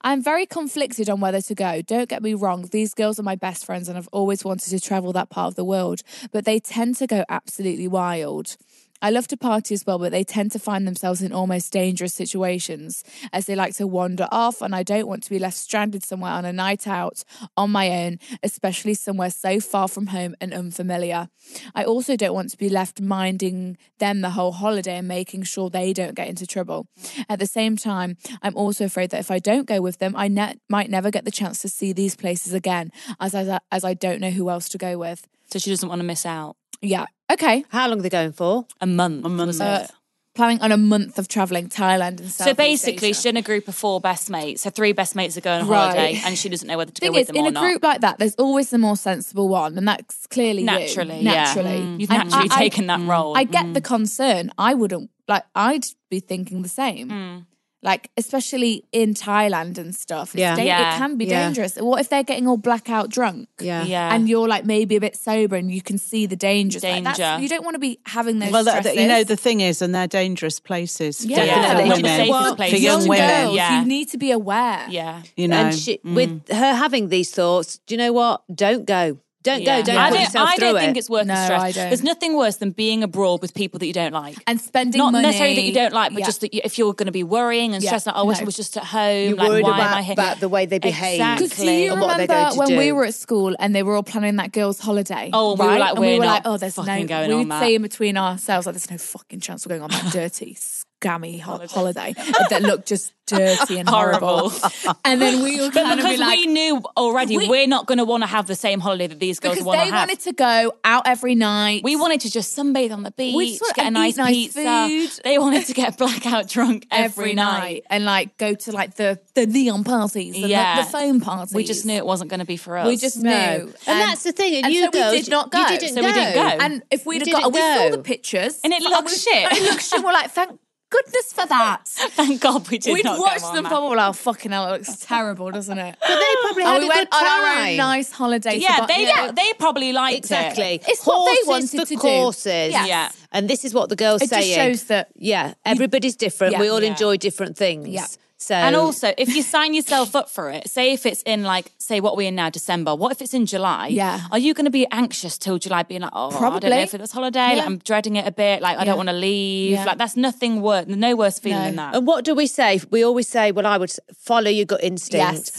I'm very conflicted on whether to go. Don't get me wrong, these girls are my best friends and I've always wanted to travel that part of the world, but they tend to go absolutely wild. I love to party as well, but they tend to find themselves in almost dangerous situations as they like to wander off, and I don't want to be left stranded somewhere on a night out on my own, especially somewhere so far from home and unfamiliar. I also don't want to be left minding them the whole holiday and making sure they don't get into trouble. At the same time, I'm also afraid that if I don't go with them, I ne- might never get the chance to see these places again, as I, as I don't know who else to go with. So she doesn't want to miss out. Yeah. Okay. How long are they going for? A month. A month. Uh, planning on a month of traveling Thailand and South So basically, she's in a group of four best mates. Her three best mates are going on Right. holiday, and she doesn't know whether to thing go with is, them in or a not. group like that, there's always the more sensible one, and that's clearly you. naturally, yeah. Mm. naturally. Mm. you've And naturally I- I- taken Mm. that role. I get the concern. I wouldn't like. I'd be thinking the same. Mm. Like especially in Thailand and stuff. It's Yeah. dan- Yeah. It can be Yeah. dangerous. What if they're getting all blackout drunk? Yeah. yeah, And you're like maybe a bit sober, and you can see the dangers. Like, that's- Danger. you don't want to be having those. Well, that, that- you know stresses. the thing is, and they're dangerous places. Yeah. for Definitely women. not the safest Well, for places. young young girls, women. yeah. you need to be aware. yeah. You know, and she, with her having these thoughts, do you know what? Don't go. Don't Yeah. go. Don't I put don't, yourself I through don't it. think it's worth No, the stress. I don't. There's nothing worse than being abroad with people that you don't like. And spending not money. necessarily that you don't like, but Yeah. just that you, if you're going to be worrying and Yeah. stressed, like, oh, I wish I No. was just at home. You're like, worried why am about- I here? about the way they behave. Exactly. 'Cause do you and what they're going remember to when we do. were at school and they were all planning that girls' holiday? Oh, and we were right? like, and "We're we were not like, oh, there's no fucking going We on would that." say in between ourselves, like, there's no fucking chance we're going on that dirty, scammy ho- holiday that looked just dirty and horrible. and then we all But kind of be because like, we knew already, We- we, are not going to want to have the same holiday that these girls because want to they have. wanted to go out every night. We wanted to just sunbathe on the beach, wanted get to a eat nice, nice pizza. food. They wanted to get blackout drunk every, night. and like go to like the the neon parties, and the, Yeah. the phone parties. We just knew it wasn't going to be for us. We just knew. And that's the thing, and you so girls- we did not go. you didn't So we didn't go. go. And if we'd You have got, didn't we go. saw the pictures, And it but looked we- shit. and It looked shit. and We're like, thank goodness for that. Thank God we did We'd not go watched on them that. from all our fucking hell. It looks terrible, doesn't it? But they probably and had we a went good on our own time. nice holiday. to Yeah, Bot- they they probably liked it. Exactly. It's what they Horses wanted to for do. courses. Yes. Yeah. And this is what the girls It just saying. shows that- yeah, everybody's different. Yeah. we all Yeah. enjoy different things. Yeah. So and also, if you sign yourself up for it, say if it's in like, say what we're in now, December. What if it's in July? Yeah. Are you going to be anxious till July, being like, oh, I Probably. don't know if it's holiday. Yeah. Like, I'm dreading it a bit. Like I Yeah. don't want to leave. Yeah. Like that's nothing worse. No worse feeling than that. And what do we say? We always say, well, I would s- follow your gut instinct.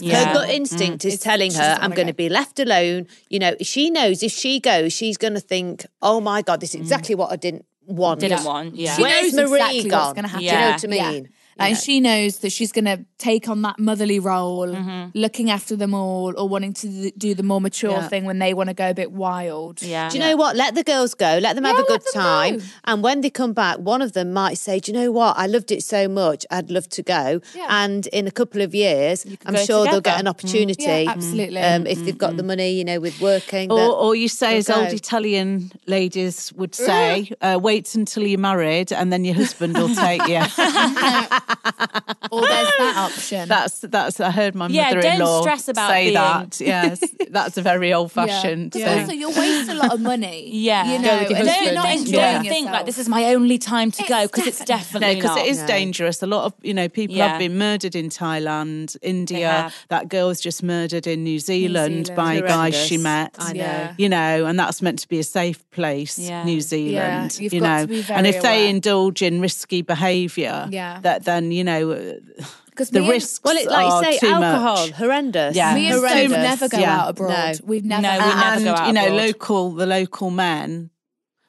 Yes. Her Yeah. gut instinct is telling she doesn't her, I'm wanna going to go." be left alone. You know, she knows if she goes, she's going to think, oh my God, this is exactly what I didn't want. Didn't want. Yeah. She She Where's knows Marie exactly gone? what's going to happen. Do you know what I Like, mean? You know. And she knows that she's going to take on that motherly role, looking after them all, or wanting to th- do the more mature Yeah. thing when they want to go a bit wild. Yeah. Do you know what? Let the girls go. Let them have Yeah, a good let them time. go. And when they come back, one of them might say, Do you know what? I loved it so much. I'd love to go. Yeah. And in a couple of years, I'm go sure they'll together. get an opportunity. Yeah, absolutely. Um, if they've got the money, you know, with working. Or, that- or you say, they'll as old go. Italian ladies would say, uh, wait until you're married and then your husband will take you. Or there's that option. That's that's. I heard my Yeah, don't mother-in-law stress about say being- that. Yes, that's a very Yeah. old-fashioned Because thing. also you're wasting a lot of money. Yeah. You Go know, with your and if you're husband. not Don't enjoying don't think yourself- like this is my only time to It's go because it's definitely- definitely no, because not. it is dangerous. A lot of you know people Yeah. have been murdered in Thailand, India. have. That girl's just murdered in New Zealand, Zealand. by a guy she Horrendous. met. I know. Yeah. You know, and that's meant to be a safe place, Yeah. New Zealand. you've you got know, to be and very if they aware. indulge in risky behaviour, Yeah. that then you know uh, 'Cause the me and- risks. Well, it's like are you say, too alcohol, Much. horrendous. Yeah. Me and Steve Horrendous. never go Yeah. out abroad. No. We'd never. No, we out. never and go out you know, abroad. local the local men.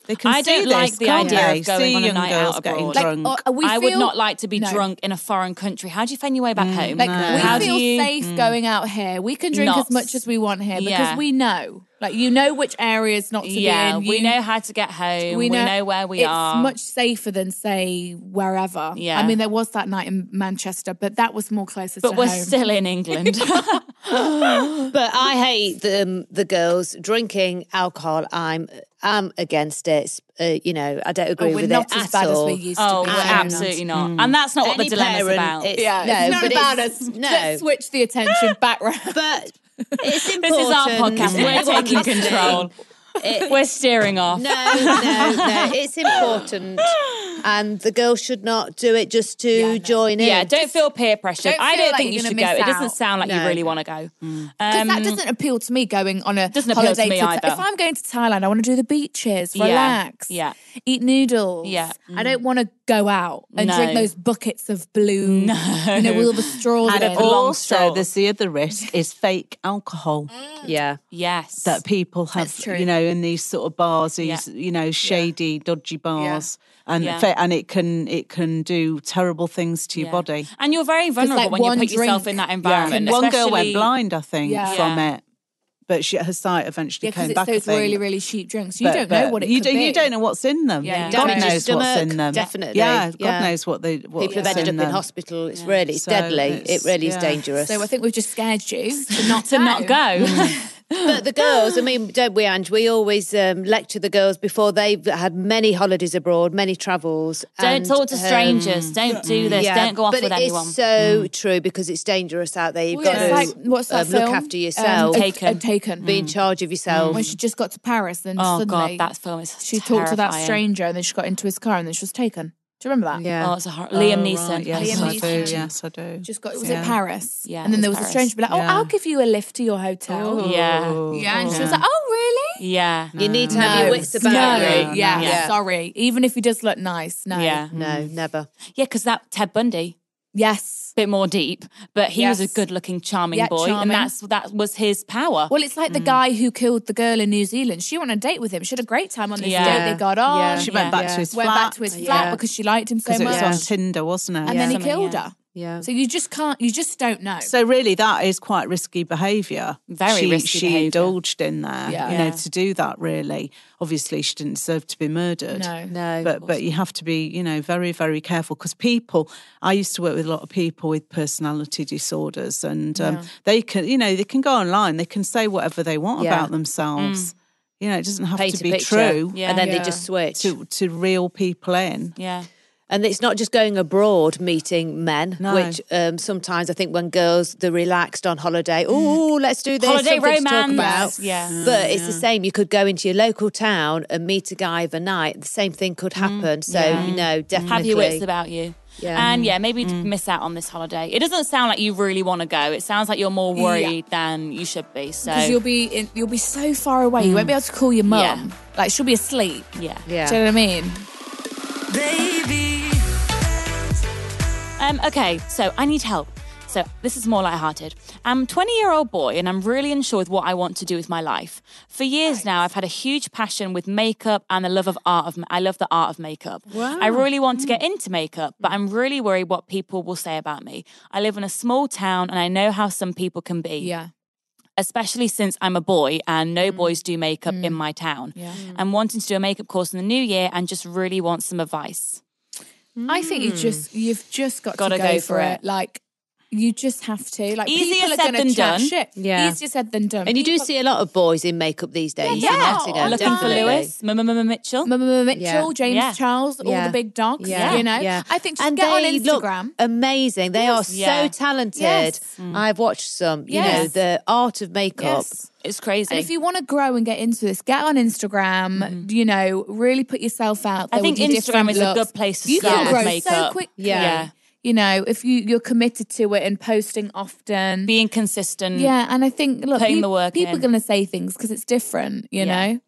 They can I see don't like this, the can't idea they? of going see on a young night girls out getting abroad. drunk. Or- we I would feel- not like to be No. Mm, drunk in a foreign country. How do you find your way back home? Like No. we How do feel you- safe going out here. We can drink Not- as much as we want here because Mm. Yeah. we know, like you know, which areas not to yeah, be in. we You- know how to get home. We know, where we it's are. much safer than say wherever. Yeah. I mean, there was that night in Manchester, but that was more closer but to we're home. still in England. But I hate the, um, the girls drinking alcohol. I'm I'm against it. Uh, you know, I don't agree Oh, we're with not it as at bad as all. we used to oh, be. we're Fair enough. absolutely not. Mm. And that's not what the Any dilemma's parent, about. it's- Yeah, no, it's not but about it's- us. no. Let's switch the attention back round. But it's important. this is our podcast. that We're everyone taking listening- control. It- We're steering off. no, no, no. It's important, and the girl should not do it just to join in. Yeah, don't feel peer pressure. Don't I feel don't like think you you're should go. gonna It miss doesn't out. sound like you No. really want to go. Mm. Because Um, that doesn't appeal to me going on a Doesn't appeal to holiday me to- either. If I'm going to Thailand, I want to do the beaches, Yeah, relax, yeah. eat noodles. Yeah. mm. I don't want to go out and No. drink those buckets of blue, you know, with all the straws And in. also, straws. there's the other risk is fake alcohol Yeah. yes. that people have, That's true. you know, in these sort of bars, these Yeah. you know shady, dodgy bars, and Yeah. fa- and it can it can do terrible things to your Yeah. body. And you're very vulnerable like, when you one put yourself drink- in that Yeah, environment. one girl went especially- blind, I think, Yeah. from Yeah. it, but she, her sight eventually Yeah, because came it's back. I those think. really, really cheap drinks. You But- don't know but what it you could do, be. You don't know what's in them. Yeah, you God don't. Damage knows your what's in stomach, them. definitely, Yeah, God yeah. knows what they. What's People have ended in up in them. hospital. It's really, it's So deadly. it's- it really yeah. is dangerous. So I think we've just scared you to not to not go. Mm. But the girls, I mean, don't we, Ange? We always um, lecture the girls before they've had many holidays abroad, many travels. Don't and, talk to um, strangers. don't do this. yeah, don't go off but with it is anyone. so true because it's dangerous out there. You've Well, yeah, got it's to like what's that um, look film? after yourself, Um, Take- Taken. uh, taken. be in Mm. charge of yourself. When she just got to Paris, and oh god, suddenly that film is. she talked to that terrifying. stranger, and then she got into his car, and then she was taken. Do you remember that? Yeah. Oh, it's a hor- Liam Neeson. Yes, Liam I do. Neeson. Yes, I do. Just got was Yeah. it Paris? Yeah, And it then there was was Paris. a stranger be like, Oh, Yeah. I'll give you a lift to your hotel. Yeah. Yeah. And she was like, Oh really? Yeah. you need to have your wits about no, you. yeah, Yeah. sorry. Even if he does look nice, no. Yeah. No, never. Yeah, because that Ted Bundy, Yes. bit more deep, but he was Yes. a good-looking, charming Yeah, boy, and charming. that's that was his power. Well, it's like the Mm. guy who killed the girl in New Zealand. She went on a date with him. She had a great time on this Yeah. date. They got Oh, on. Yeah. She She went Yeah. back to his went flat back to his flat Yeah. because she liked him so because it much. was on Tinder, wasn't it? And then he Something, killed yeah. her. Yeah. So you just can't. You just don't know. So really, that is quite risky behaviour. Very she, risky She behaviour. indulged in there, Yeah. you know, Yeah. to do that. Really, obviously, she didn't deserve to be murdered. No. No, of but but you have to be, you know, very very careful because people. I used to work with a lot of people with personality disorders, and um, they can, you know, they can go online, they can say whatever they want Yeah. about Mm. themselves. You know, it doesn't have Paint to a be picture, true Yeah. and then Yeah. they just switch. to to reel people in. yeah. And it's not just going abroad meeting men, No. which um, sometimes I think when girls they're relaxed on Mm. holiday, oh, let's do this Holiday something to talk romance. about. Yeah. But it's Mm-hmm. the same. You could go into your local Mm. town and meet a guy overnight. The same thing could happen. So you know, definitely Have your wits about you. Yeah. And yeah, maybe miss out on this holiday. It doesn't sound like you really want to go. It sounds like you're more worried than you should be. So Because you'll be in, you'll be so far away, you won't be able to call your Yeah. mum. Like she'll be asleep. yeah. Do you know what I mean? Baby. Um, okay, so I need help. So this is more lighthearted. I'm a 20 year old boy and I'm really unsure with what I want to do with my life. For years now, I've had a huge passion with makeup and the love of art. Of I love the art of makeup. I really want to get into makeup, but I'm really worried what people will say about me. I live in a small town and I know how some people can be Yeah. especially since I'm a boy and no boys do makeup in my town. I'm wanting to do a makeup course in the new year and just really want some advice. I think you just you've just got Gotta to go, for it. Like you just have to. Like Easier people are said gonna than chat done. Shit. Yeah. Easier said than done. And you do People- see a lot of boys in makeup these days. Yeah, from that yeah, again, online. Looking for definitely. Lewis, Mama Mitchell. Mama Mama Mitchell, Yeah. James Yeah. Charles, all Yeah. the big dogs. Yeah. You know, Yeah. I think just and get on they look Instagram. amazing. They are Yeah. so talented. Yes. Mm. I've watched some, you know, Yes. the art of makeup. Yes. It's crazy. And if you want to grow and get into this, get on Instagram. You know, really put yourself out. There I think with your different Instagram is a looks. good place to You start can with grow so makeup. quickly. Yeah. Yeah. You know, if you you're committed to it and posting often. Being consistent. yeah, and I think look, Putting you- the work people in. are going to say things because it's different. You Yeah. know,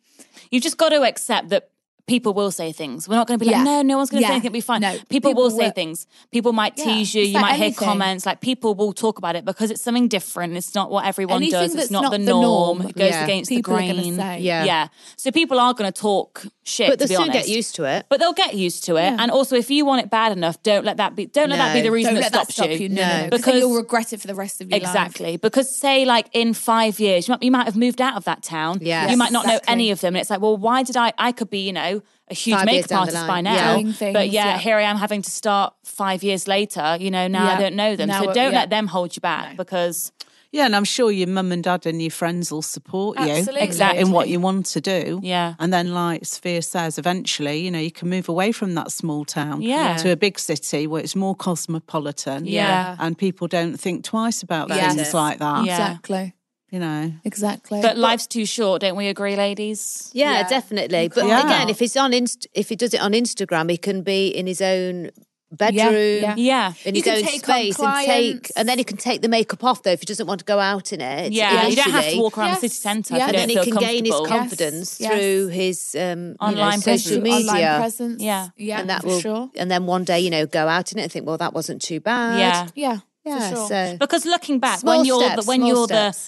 You've just got to accept that people will say things. We're not going to be like, no, Yeah. no one's going to Yeah. say anything. It'll be fine. No, people, people will say will- things. People might Yeah. tease you. It's you like might hear anything. comments. Like people will talk about it because it's something different. It's not what everyone Anything does. It's that's not, not the, the norm. norm, It goes yeah. against people the are going grain. to say. Yeah. Yeah. So people are going to talk shit. But they to be soon honest. get used to it. But they'll get used to it. And also, if you want it bad enough, don't let that be. Don't let that be No. the reason don't that let that stops stop you. No, no, no, 'cause then because you'll regret it for the rest of your life. exactly because say like in five years you might, you might have moved out of that town. Yes. you might not know Exactly. any of them, and it's like, well, why did I? I could be you know a huge Five years makeup down the artist by line. now, Doing things, but yeah, yeah. here I am having to start five years later. You know now I Yeah. don't know them, Now so it- don't yeah. let them hold you back because Yeah, and I'm sure your mum and dad and your friends will support you Absolutely. Exactly. in what you want to do. Yeah. And then, like Sphere says, eventually, you know, you can move away from that small town Yeah. to a big city where it's more cosmopolitan. Yeah. And people don't think twice about Yes. things like that. Yeah. Exactly. You know. Exactly. but life's too short, don't we agree, ladies? Yeah, Yeah. definitely. But Yeah. again, if it's on Inst- if he does it on Instagram, he can be in his own bedroom. yeah. Yeah, In You his can own take on space and take, clients. and then he can take the makeup off though if he doesn't want to go out in it. yeah. You don't have to initially. walk around Yes. the city centre. Yeah. if and you then don't he feel can gain his comfortable. confidence Yes. through his um, Online online social presence. media, Online presence. Yeah. Yeah. and that for will, sure. and then one day you know go out in it and think, well, that wasn't too bad. Yeah. Yeah. yeah. For sure. So Because looking back, Small when you're steps, the, when small you're steps.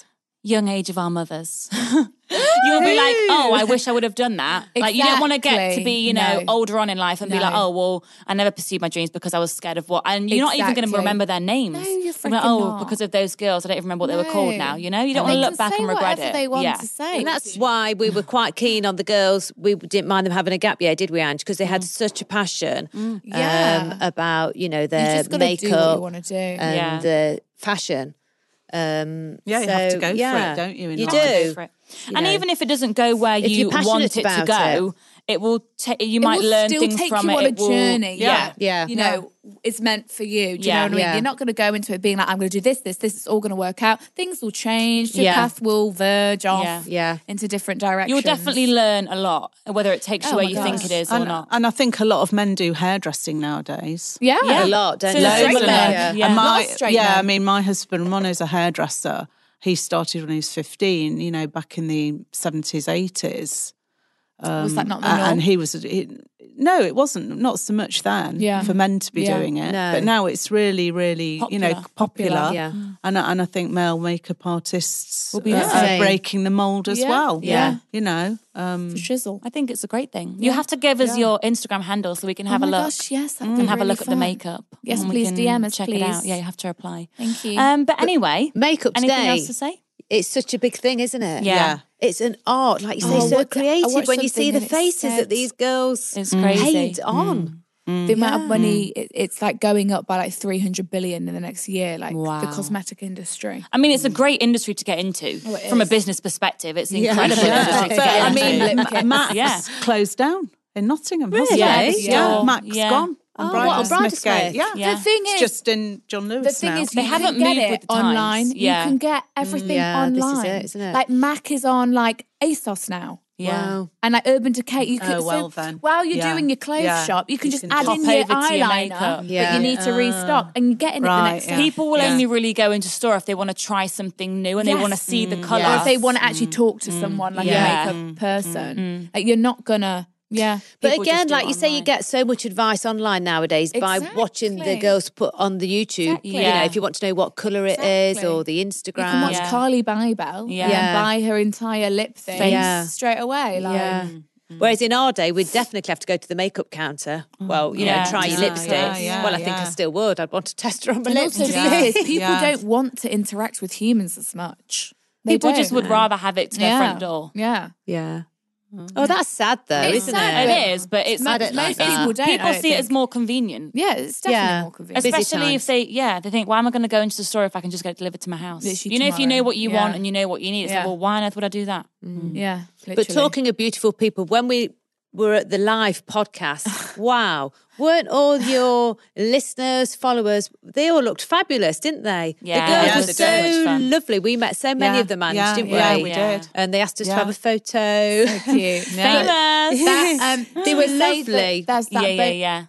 the young age of our mothers, you'll be like, oh, I wish I would have done that. Like you don't want to get to Exactly. be, you know, No. older on in life and be like, No. oh, well, I never pursued my dreams because I was scared of what, and you're not even going to Exactly. remember their names. No, you're You're like, freaking oh, not. because of those girls, I don't even remember what they were called No. now. You know, you don't They want to look can back say and regret whatever it. They want yeah. to say. And that's why we were quite keen on the girls. We didn't mind them having a gap year, did we, Ange? Because they had such a passion Yeah. um, about you know you their just got to makeup do what you want to do. and the fashion. Um, Yeah, you have to so, go for it, yeah, don't you, in you life? do. For it. And know. even if it doesn't go where If you you're passionate want it to about go, it, will. ta- you might it will learn still things take from you it. on It a will- journey. Yeah. Yeah. You know, it's meant for you. Do you Yeah. know what I mean? Yeah. You're not going to go into it being like, I'm going to do this, this, this. It's all going to work out. Things will change. Your Yeah. path will verge off Yeah. Yeah. into different directions. You'll definitely learn a lot, whether it takes you Oh where my you gosh. think it is or And, not. and I think a lot of men do hairdressing nowadays. Yeah. A lot, don't So you? it's Loads Straight of men, them. yeah. And Lot of my, straight yeah, men. I mean, my husband Ron is a hairdresser. He started when he was 15, you know, back in the 70s, 80s. Was that not the A- norm? And he was, he, no, it wasn't, not so much then Yeah. for men to be Yeah. doing it. No. But now it's really, really, you know, Popular. popular. Yeah. And, I- and I think male makeup artists be are- the are same. breaking the mold as Yeah. well. Yeah. You know, um, Shizzle. I think it's a great thing. You have to give us your Instagram handle so we can have oh a my look gosh, yes. That'd and be have a really look at fun. the makeup. Yes, and we please, can DM us, check it out. please. Yeah, you have to apply. Thank you. Um, but anyway, Makeup anything today. else to say? It's such a big thing, isn't it? Yeah. Yeah. It's an art, like you say, Oh, I so watched- I creative watched when you see something the and it faces said- that these girls It's crazy. paint on. the amount of money it, it's like going up by like 300 billion in the next year like Wow. the cosmetic industry I mean, it's a great industry to get into it from a is. business perspective. It's an incredible Yeah. industry to But, get I into. mean, Ma- Max Yeah. closed down in Nottingham. hasn't Really? it? Yeah. Yeah. Yeah. Max Yeah. gone. And Oh, what, Bridesmaids on Smithgate. Bridesmaids? Yeah. Yeah. the thing It's is just in John Lewis the thing now. is They you haven't can get moved it with the times. online Yeah. you can get everything Mm, Yeah, this online is it, isn't it? like mac is on like asos now Yeah. Wow. And like Urban Decay, you can Oh, so well then. while you're Yeah. doing your clothes Yeah. shop, you can You just can add pop in your over to your eyeliner, makeup. Ah. but Yeah. you need to restock, and you're getting it the Right, next yeah. day. People will Yeah. only really go into store if they want to try something new and they want to Yes. see the Or colour. if they want to actually Mm. talk to someone like Mm. Yeah. Mm. a makeup person, like you're not gonna, yeah. But People just again, do it like you say, you online. get so much advice online nowadays by watching the Exactly. girls put on the YouTube. You know, Yeah. if you want to know what colour it is Exactly. or the You can Instagram. watch Yeah. Carly Bible Yeah. and buy her entire lip thing Yeah. straight away. Like, Yeah. Whereas in our day, we'd definitely have to go to the makeup counter. Mm. Well, you Yeah. know, try your Yeah, lipsticks. yeah, yeah, well, I think I yeah. still would. I'd want to test her on my And also, lipstick. the truth is, people Yeah. don't want to interact with humans as much. They People don't. just would rather have it to their yeah. front door. Yeah. Yeah. Oh, that's sad though, It's isn't sad, it? but- Mm. It is, but it's Most- don't like most that. people don't. I people don't see it think. as more convenient. Yeah, it's definitely Yeah. more convenient. Busy Especially if times. they, yeah, they think, why am I going to go into the store if I can just get it delivered to my house? Literally you know, if you know tomorrow. what you Yeah. want and you know what you need, it's Yeah. like, well, why on earth would I do that? yeah, But literally. talking of beautiful people, when we were at the live podcast, wow, weren't all your listeners, followers, they all looked fabulous, didn't they? Yeah, the Yeah, girls they were did. Much so fun. lovely. We met so many Yeah, of them, Ange, yeah, didn't we? yeah, we Yeah. did. And they asked us Yeah. to have a photo. cute. Famous. That, um, They were say that lovely. There's that yeah, yeah, bit- yeah.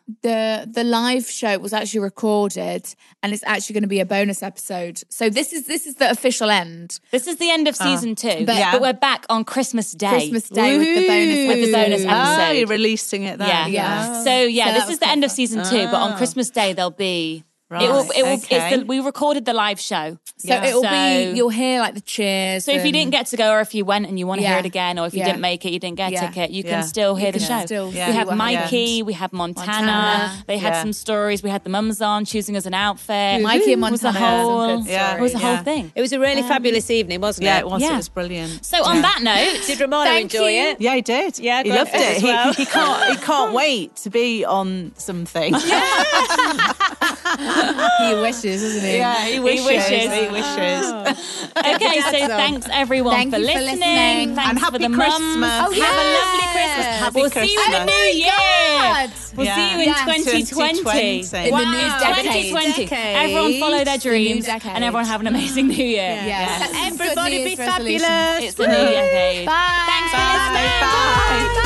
the the live show was actually recorded and it's actually going to be a bonus episode. So this is this is the official end. This is the end of season two, but, Oh. But- Yeah. we're back on Christmas Day. Christmas Day with the bonus With the bonus episode. episode. Oh, you're releasing it then. Yeah. Yeah. Oh. So yeah, So that this was Oh. is the end of perfect. season two, but on Christmas Day there'll be. Right, It will. It will. okay. It's the, we recorded the live show, So it'll So- be you'll hear like the cheers. So if you didn't get to go, or if you went and you want to Yeah. hear it again, or if you Yeah. didn't make it, you didn't get a Yeah. ticket, you Yeah. can still hear the can show. still Yeah. We see had what Mikey, happens. we had Montana. Montana. They had Yeah. some stories. We had the mums on choosing us an outfit. Mikey and It was a Montana had some whole. good Yeah. It was a stories. whole thing. It was a really fabulous evening, wasn't Um, Yeah, it? it was. Yeah. It was brilliant. So on that note, Did Romano Thank enjoy you. it? Yeah, he did. Yeah, he great loved fit it. as well. He, he can't. He can't wait to be on something. Yeah, he wishes, isn't he? he wishes. He wishes. okay. So thanks everyone Thank for, you for listening. listening. Thanks And for happy the mums. Christmas. Oh, yeah. Have a lovely Christmas. Happy we'll see you in the Christmas. new year. God. We'll see you in Yeah. 2020. 2020. In the Wow. new decade. 2020. Everyone follow their Decade. The new dreams decade. and everyone have an amazing new year. Yes. That's good Everybody New be Year's resolution. fabulous. It's the new decade. Bye. Thanks for Bye. listening. Bye. Bye.